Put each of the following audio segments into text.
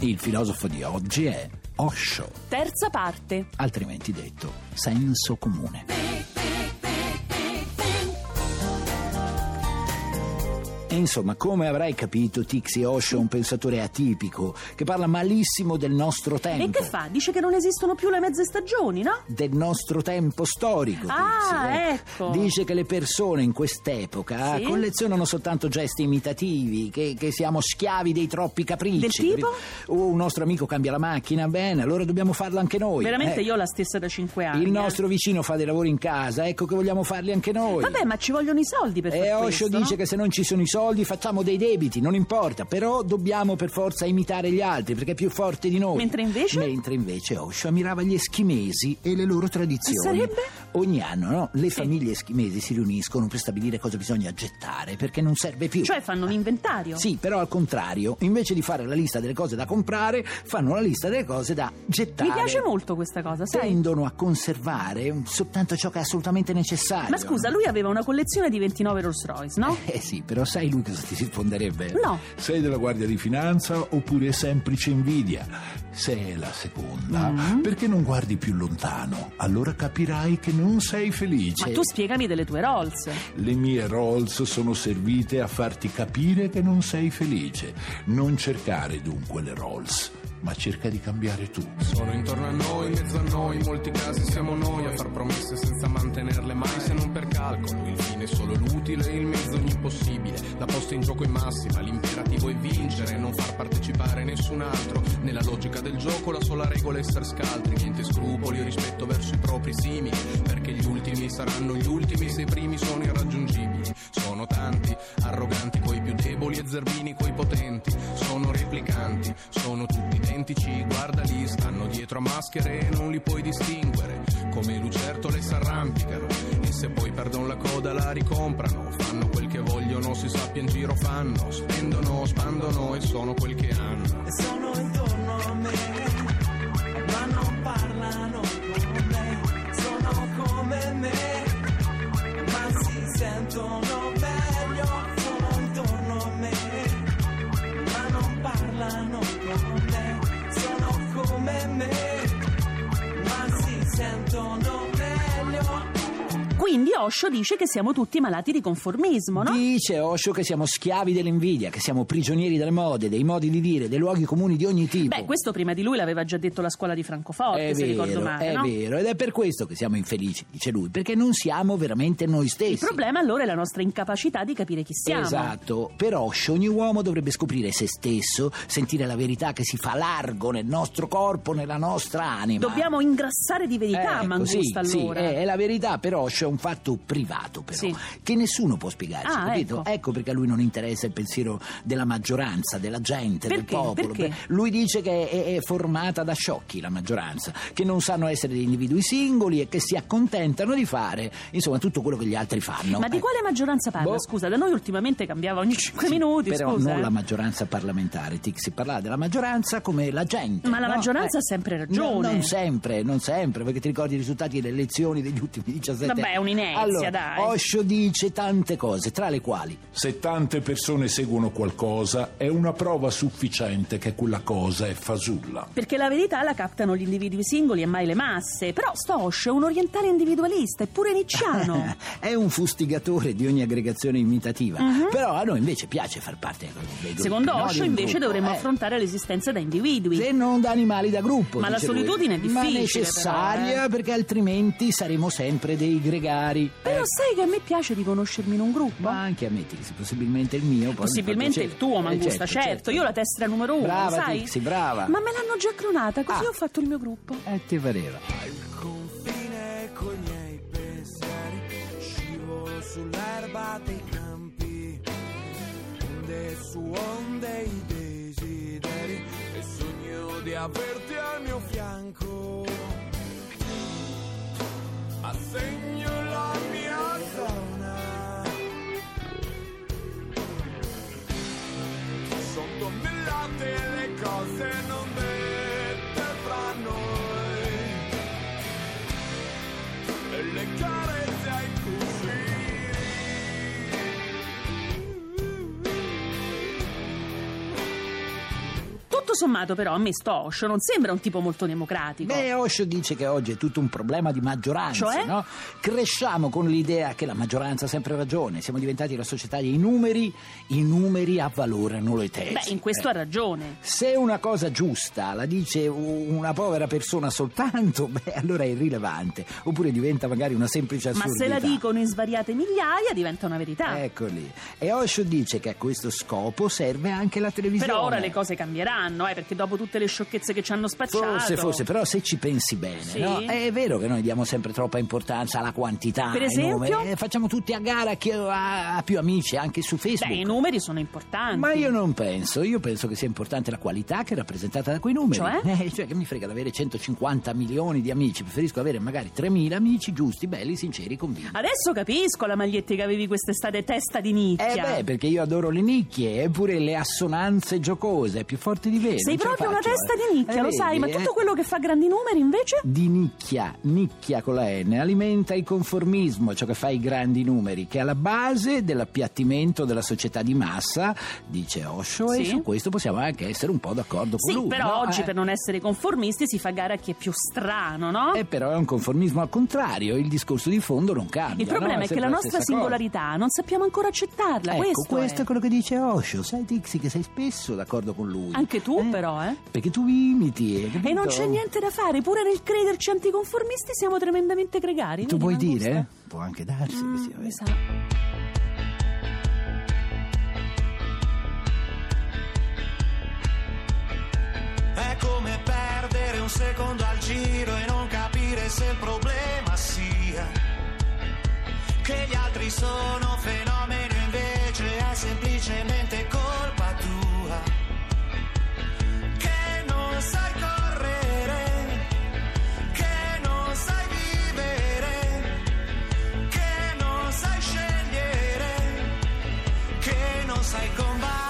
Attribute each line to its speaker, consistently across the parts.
Speaker 1: Il filosofo di oggi è Osho,
Speaker 2: Terza parte.
Speaker 1: altrimenti detto senso comune. E Insomma, come avrai capito, Tixi Osho è un pensatore atipico che parla malissimo del nostro tempo.
Speaker 2: E che fa? Dice che non esistono più le mezze stagioni, no?
Speaker 1: del nostro tempo storico.
Speaker 2: Ah,
Speaker 1: Tizio, eh.
Speaker 2: ecco.
Speaker 1: Dice che le persone in quest'epoca eh,
Speaker 2: Sì?
Speaker 1: collezionano soltanto gesti imitativi, che, che siamo schiavi dei troppi capricci.
Speaker 2: Del tipo?
Speaker 1: capi- Oh, un nostro amico cambia la macchina, bene, allora dobbiamo farlo anche noi.
Speaker 2: Veramente
Speaker 1: Eh,
Speaker 2: io ho la stessa da 5 anni.
Speaker 1: Il
Speaker 2: eh.
Speaker 1: nostro vicino fa dei lavori in casa, ecco che vogliamo farli anche noi.
Speaker 2: Vabbè, ma ci vogliono i soldi per
Speaker 1: E
Speaker 2: fare
Speaker 1: Eh, Osho
Speaker 2: questo, no? Eh,
Speaker 1: dice che se non ci sono i soldi facciamo dei debiti, non importa, però dobbiamo per forza imitare gli altri perché è più forte di noi.
Speaker 2: Mentre invece?
Speaker 1: Mentre invece Osho ammirava gli eschimesi e le loro tradizioni.
Speaker 2: Sarebbe?
Speaker 1: Ogni anno no? le famiglie eschimesi si riuniscono per stabilire cosa bisogna gettare perché non serve più.
Speaker 2: Cioè fanno un inventario.
Speaker 1: Ah, Sì, però al contrario, invece di fare la lista delle cose da comprare, fanno la lista delle cose da gettare.
Speaker 2: Mi piace molto questa cosa, sai?
Speaker 1: Tendono a conservare soltanto ciò che è assolutamente necessario.
Speaker 2: Ma scusa, lui aveva una collezione di 29 Rolls Royce, no?
Speaker 1: Eh certo. sì, però sai lui cosa ti risponderebbe?
Speaker 2: No.
Speaker 3: Sei della Guardia di Finanza oppure semplice invidia? Se è la seconda,
Speaker 2: Mm.
Speaker 3: perché non guardi più lontano? Allora capirai che non sei felice.
Speaker 2: Ma tu spiegami delle tue Rolls.
Speaker 3: Le mie Rolls sono servite a farti capire che non sei felice. Non cercare dunque le Rolls, ma cerca di cambiare tu.
Speaker 4: Sono intorno a noi, in mezzo a noi, in molti casi siamo noi a far promesse senza mantenerle mai se non per calcolo. Il fine è solo l'utile, il mezzo ogni possibile. La posta in gioco è massima, l'imperativo è vincere, non far partecipare nessun altro. Nella logica del gioco la sola regola è essere scaltri, niente scrupoli, rispetto verso i propri simili, perché gli ultimi saranno gli ultimi se i primi sono irraggiungibili. Sono tanti, arroganti coi più deboli e zerbini coi potenti. Sono replicanti, sono tutti identici, guarda lì, stanno dietro a maschere e non li puoi distinguere. Come lucertole s'arrampicano e se poi perdono la coda la ricomprano. Fanno quel che vogliono, si sappia in giro fanno. Spendono, spandono e sono quel che hanno.
Speaker 5: sono intorno a me, ma non parlano con me, sono come me, ma si sentono meglio, sono intorno a me, ma non parlano con me, sono come me, ma si sentono meglio.
Speaker 2: Quindi Osho dice che siamo tutti malati di conformismo, no?
Speaker 1: Dice Osho che siamo schiavi dell'invidia, che siamo prigionieri delle mode, dei modi di dire, dei luoghi comuni di ogni tipo.
Speaker 2: Beh, questo prima di lui l'aveva già detto la scuola di Francoforte,
Speaker 1: è
Speaker 2: se ricordo
Speaker 1: vero,
Speaker 2: male,
Speaker 1: è
Speaker 2: no?
Speaker 1: vero, ed è per questo che siamo infelici, dice lui, perché non siamo veramente noi stessi.
Speaker 2: Il problema allora è la nostra incapacità di capire chi siamo.
Speaker 1: Esatto, per Osho ogni uomo dovrebbe scoprire se stesso, sentire la verità che si fa largo nel nostro corpo, nella nostra anima.
Speaker 2: Dobbiamo ingrassare di verità,
Speaker 1: Ecco,
Speaker 2: Mangusta,
Speaker 1: sì,
Speaker 2: allora.
Speaker 1: Sì, è, è la verità, però Osho è un fatto privato, però,
Speaker 2: Sì.
Speaker 1: che nessuno può spiegarci,
Speaker 2: Ah,
Speaker 1: capito?
Speaker 2: ecco.
Speaker 1: perché a lui non interessa il pensiero della maggioranza, della gente, del
Speaker 2: Perché?
Speaker 1: popolo.
Speaker 2: Perché?
Speaker 1: Beh, Lui dice che è, è formata da sciocchi la maggioranza, che non sanno essere degli individui singoli e che si accontentano di fare, insomma, tutto quello che gli altri fanno.
Speaker 2: Ma di
Speaker 1: Ecco.
Speaker 2: quale maggioranza parla?
Speaker 1: Boh.
Speaker 2: Scusa, da noi ultimamente cambiava ogni 5 minuti,
Speaker 1: Però
Speaker 2: scusa.
Speaker 1: non
Speaker 2: eh.
Speaker 1: la maggioranza parlamentare, Tixi, parlava della maggioranza come la gente.
Speaker 2: Ma la
Speaker 1: no? eh,
Speaker 2: maggioranza ha sempre ragione.
Speaker 1: No, non sempre, non sempre, perché ti ricordi i risultati delle elezioni degli ultimi 17 anni.
Speaker 2: Vabbè, è un'inezia,
Speaker 1: allora,
Speaker 2: dai.
Speaker 1: Osho dice tante cose, tra le quali
Speaker 3: Se tante persone seguono qualcosa, è una prova sufficiente che quella cosa è fasulla.
Speaker 2: Perché la verità la captano gli individui singoli e mai le masse. Però sto Osho è un orientale individualista, eppure nicciano.
Speaker 1: è un fustigatore di ogni aggregazione imitativa, però a noi invece piace far parte dei gruppi,
Speaker 2: Uh-huh. Secondo
Speaker 1: no? Di
Speaker 2: Osho
Speaker 1: un
Speaker 2: invece
Speaker 1: gruppo,
Speaker 2: dovremmo
Speaker 1: eh.
Speaker 2: affrontare l'esistenza da individui.
Speaker 1: Se non da animali da gruppo.
Speaker 2: Ma la
Speaker 1: dice lui.
Speaker 2: solitudine è difficile,
Speaker 1: Ma necessaria
Speaker 2: però, eh.
Speaker 1: perché altrimenti saremo sempre dei gregari.
Speaker 2: Però
Speaker 1: Eh.
Speaker 2: sai che a me piace riconoscermi in un gruppo?
Speaker 1: Ma anche a me, Tixi, possibilmente il mio. poi mi fa
Speaker 2: Possibilmente
Speaker 1: piacere.
Speaker 2: il tuo,
Speaker 1: Certo, Eh,
Speaker 2: Mangusta, certo, Io la tessera numero uno,
Speaker 1: Brava,
Speaker 2: lo sai?
Speaker 1: Tixi, brava.
Speaker 2: Ma me l'hanno già clonata, così
Speaker 1: Ah.
Speaker 2: ho fatto il mio gruppo.
Speaker 1: Eh, ti pareva.
Speaker 5: confine coi miei pensieri, scivolo sull'erba dei campi
Speaker 4: averti al mio fianco. Assegno la mia zona. Sotto millate le cose non dette fra noi. E le carezze ai cugini.
Speaker 2: Tutto sommato, però, a me sto Osho non sembra un tipo molto democratico.
Speaker 1: Beh, Osho dice che oggi è tutto un problema di maggioranza,
Speaker 2: Cioè?
Speaker 1: no? Cresciamo con l'idea che la maggioranza ha sempre ragione, siamo diventati la società dei numeri, i numeri avvalorano le tesi.
Speaker 2: Beh, in questo
Speaker 1: Eh.
Speaker 2: ha ragione.
Speaker 1: Se una cosa giusta la dice u- una povera persona soltanto, beh, allora è irrilevante, oppure diventa magari una semplice
Speaker 2: Ma
Speaker 1: assurdità. Eh,
Speaker 2: se la ah. dicono in svariate migliaia diventa una verità.
Speaker 1: Eccoli. E Osho dice che a questo scopo serve anche la televisione.
Speaker 2: Però ora le cose cambieranno, eh, perché dopo tutte le sciocchezze che ci hanno spacciato.
Speaker 1: Forse, forse, però se ci pensi bene,
Speaker 2: Sì.
Speaker 1: no? è vero che noi diamo sempre troppa importanza alla quantità.
Speaker 2: Per
Speaker 1: ai
Speaker 2: esempio?
Speaker 1: numeri. Eh, facciamo tutti a gara chi ha ha più amici anche su Facebook.
Speaker 2: Beh, i numeri sono importanti.
Speaker 1: Ma io non penso, io penso che sia importante la qualità che è rappresentata da quei numeri.
Speaker 2: Cioè?
Speaker 1: Eh, cioè, che mi frega di avere 150 milioni di amici, preferisco avere magari 3.000 amici giusti, belli, sinceri, convinti.
Speaker 2: Adesso capisco la maglietta che avevi quest'estate testa di
Speaker 1: Eh
Speaker 2: nicchia.
Speaker 1: beh, perché io adoro le nicchie, eppure le assonanze giocose, più forti di vero.
Speaker 2: Sei proprio una
Speaker 1: eh.
Speaker 2: testa di nicchia, lo sai, ma tutto quello che fa grandi numeri invece?
Speaker 1: di nicchia, nicchia con la N, alimenta il conformismo, ciò che fa i grandi numeri, che è alla base dell'appiattimento della società di massa, dice Osho, e
Speaker 2: Sì.
Speaker 1: su questo possiamo anche essere un po' d'accordo con
Speaker 2: Sì,
Speaker 1: lui.
Speaker 2: però
Speaker 1: no?
Speaker 2: oggi
Speaker 1: Eh.
Speaker 2: per non essere conformisti si fa gara a chi è più strano, no?
Speaker 1: Eh, però è un conformismo al contrario, il discorso di fondo non cambia.
Speaker 2: Il problema
Speaker 1: no?
Speaker 2: è che
Speaker 1: sempre
Speaker 2: la nostra
Speaker 1: stessa cosa.
Speaker 2: singolarità non sappiamo ancora accettarla,
Speaker 1: Ecco, questo,
Speaker 2: questo
Speaker 1: è. quello che dice Osho, sai Tixi che sei spesso d'accordo con lui.
Speaker 2: Anche tu,
Speaker 1: Eh,
Speaker 2: però, eh.
Speaker 1: Perché tu imiti. hai
Speaker 2: E
Speaker 1: capito?
Speaker 2: non c'è niente da fare, pure nel crederci anticonformisti siamo tremendamente gregari. vedi,
Speaker 1: Tu puoi
Speaker 2: Mangusta?
Speaker 1: dire? Può anche darsi che sia
Speaker 2: Mm,
Speaker 1: vero.
Speaker 2: mi sa.
Speaker 6: È come perdere un secondo al giro e non capire se il problema sia che gli altri sono fenomeno invece è semplicemente colpa tua che non sai correre, che non sai vivere, che non sai scegliere, che non sai combattere.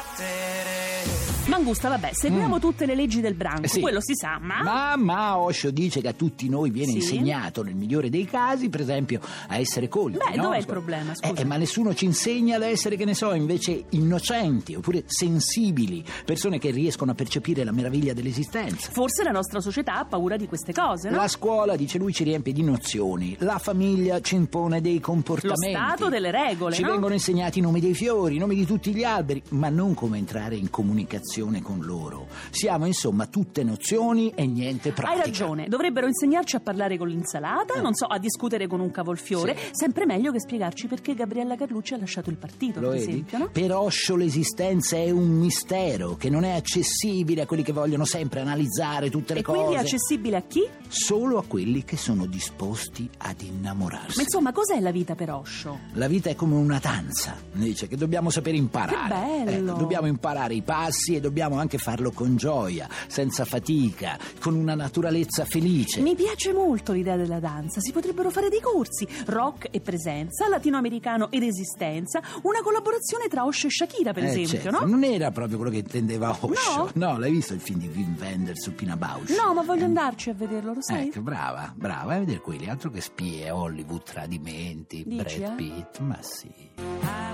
Speaker 2: Mangusta, vabbè, seguiamo tutte le leggi del branco,
Speaker 1: Mm. Eh sì.
Speaker 2: quello si sa, ma...
Speaker 1: Ma, ma Osho dice che a tutti noi viene
Speaker 2: Sì.
Speaker 1: insegnato, nel migliore dei casi, per esempio, a essere colti.
Speaker 2: Beh,
Speaker 1: no?
Speaker 2: dov'è il
Speaker 1: Scusa.
Speaker 2: problema,
Speaker 1: Eh,
Speaker 2: scusa?
Speaker 1: eh, ma nessuno ci insegna ad essere, che ne so, invece innocenti oppure sensibili, persone che riescono a percepire la meraviglia dell'esistenza.
Speaker 2: Forse la nostra società ha paura di queste cose, no?
Speaker 1: La scuola, dice lui, ci riempie di nozioni, la famiglia ci impone dei comportamenti.
Speaker 2: Lo stato delle regole,
Speaker 1: Ci
Speaker 2: no?
Speaker 1: vengono insegnati i nomi dei fiori, i nomi di tutti gli alberi, ma non come entrare in comunicazione con loro. Siamo insomma tutte nozioni e niente pratica. Eh.
Speaker 2: Hai ragione, dovrebbero insegnarci a parlare con l'insalata, non so, a discutere con un cavolfiore, sempre meglio che spiegarci perché Gabriella Carlucci ha lasciato il partito, Certo,
Speaker 1: Lo
Speaker 2: per
Speaker 1: vedi?
Speaker 2: esempio, no?
Speaker 1: Per Osho l'esistenza è un mistero che non è accessibile a quelli che vogliono sempre analizzare tutte le
Speaker 2: E
Speaker 1: cose,
Speaker 2: quindi è accessibile a chi? Ma
Speaker 1: solo a quelli che sono disposti ad innamorarsi.
Speaker 2: insomma, cos'è la vita per Osho?
Speaker 1: La vita è come una danza, dice, che dobbiamo sapere imparare.
Speaker 2: Che bello!
Speaker 1: Ecco, dobbiamo imparare i passi e dobbiamo anche farlo con gioia, senza fatica, con una naturalezza felice.
Speaker 2: Mi piace molto l'idea della danza, si potrebbero fare dei corsi, rock e presenza, latinoamericano ed esistenza, una collaborazione tra Osho e Shakira, per
Speaker 1: Eh,
Speaker 2: esempio,
Speaker 1: certo,
Speaker 2: no?
Speaker 1: Non era proprio quello che intendeva Osho. No? l'hai visto il film di Wim Wenders su Pina Bausch?
Speaker 2: No, ma voglio
Speaker 1: Eh,
Speaker 2: andarci a vederlo, lo sai?
Speaker 1: Ecco, brava, brava, vai a vedere quelli, altro che spie, Hollywood, tradimenti,
Speaker 2: Dici,
Speaker 1: Brad
Speaker 2: eh?
Speaker 1: Pitt, ma sì.
Speaker 7: I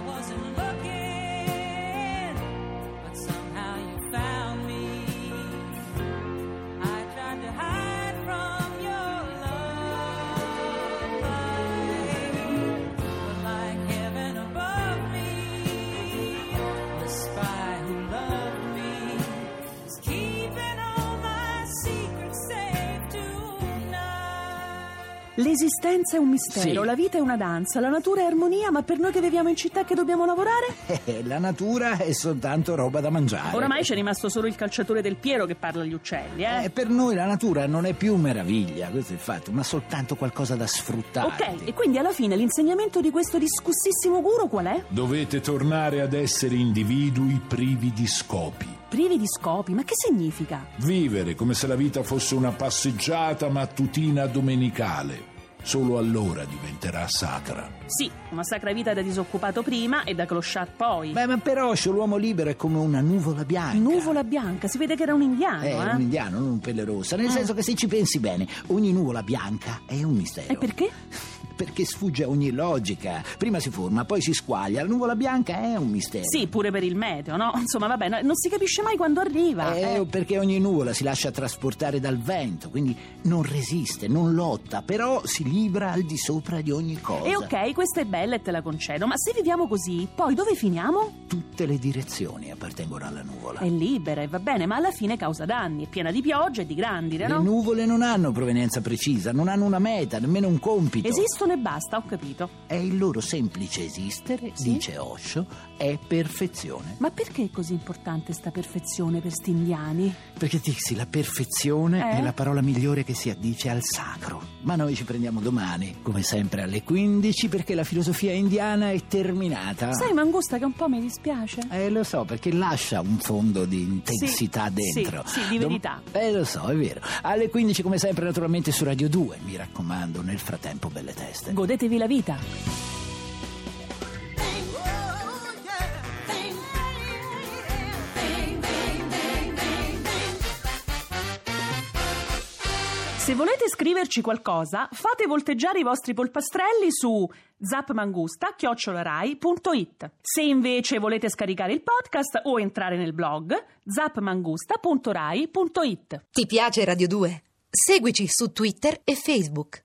Speaker 7: wasn't looking, but somehow you found me. I tried to hide from your love, baby. but like heaven above me, the spy who loved me is keeping all my secrets safe tonight.
Speaker 2: L'esistenza è un mistero,
Speaker 1: Sì.
Speaker 2: la vita è una danza, la natura è armonia, ma per noi che viviamo in città che dobbiamo lavorare?
Speaker 1: Eh, La natura è soltanto roba da mangiare.
Speaker 2: Oramai c'è rimasto solo il calciatore del Piero che parla agli uccelli, eh?
Speaker 1: Eh, per noi la natura non è più meraviglia, questo è il fatto, ma soltanto qualcosa da sfruttare.
Speaker 2: ok, e quindi alla fine l'insegnamento di questo discussissimo guru qual è?
Speaker 3: Dovete tornare ad essere individui privi di scopi,
Speaker 2: privi di scopi. Ma che significa?
Speaker 3: Vivere come se la vita fosse una passeggiata mattutina domenicale. Solo allora diventerà sacra.
Speaker 2: Sì, una sacra vita da disoccupato prima e da clochard poi.
Speaker 1: Beh, ma per Osho l'uomo libero è come una nuvola bianca.
Speaker 2: Nuvola bianca, si vede che era un indiano,
Speaker 1: È
Speaker 2: eh? Ah.
Speaker 1: un indiano, non un pelle rossa. Nel senso che se ci pensi bene, ogni nuvola bianca è un mistero.
Speaker 2: E perché?
Speaker 1: Perché sfugge a ogni logica. Prima si forma, poi si squaglia. La nuvola bianca è un mistero.
Speaker 2: Sì, pure per il meteo, no? Insomma, vabbè, no, non si capisce mai quando arriva.
Speaker 1: Eh, perché ogni nuvola si lascia trasportare dal vento, quindi non resiste, non lotta, però si libra al di sopra di ogni cosa.
Speaker 2: E Eh, ok, questa è bella e te la concedo, ma se viviamo così, poi dove finiamo?
Speaker 1: Tutte le direzioni appartengono alla nuvola.
Speaker 2: È libera e va bene, ma alla fine causa danni, è piena di piogge e di grandine,
Speaker 1: Le
Speaker 2: no?
Speaker 1: nuvole non hanno provenienza precisa, non hanno una meta, nemmeno un compito.
Speaker 2: Esistono e basta, ho capito.
Speaker 1: È il loro semplice esistere,
Speaker 2: Sì.
Speaker 1: dice Osho, è perfezione.
Speaker 2: Ma perché è così importante sta perfezione per sti indiani?
Speaker 1: Perché Tixi, la perfezione
Speaker 2: Eh?
Speaker 1: è la parola migliore che si addice al sacro. Ma noi ci prendiamo domani, come sempre alle 15, perché la filosofia indiana è terminata.
Speaker 2: Sai, Mangusta, che un po' mi dispiace.
Speaker 1: Eh, lo so, perché lascia un fondo di intensità
Speaker 2: Sì,
Speaker 1: dentro.
Speaker 2: sì, sì, di
Speaker 1: Dom-
Speaker 2: verità.
Speaker 1: eh, lo so, è vero. Alle 15, come sempre, naturalmente su Radio 2. Mi raccomando, nel frattempo, belle teste.
Speaker 2: Godetevi la vita. Se volete scriverci qualcosa, fate volteggiare i vostri polpastrelli su zapmangusta.it. Se invece volete scaricare il podcast o entrare nel blog, zapmangusta.rai.it.
Speaker 8: Ti piace Radio 2? Seguici su Twitter e Facebook.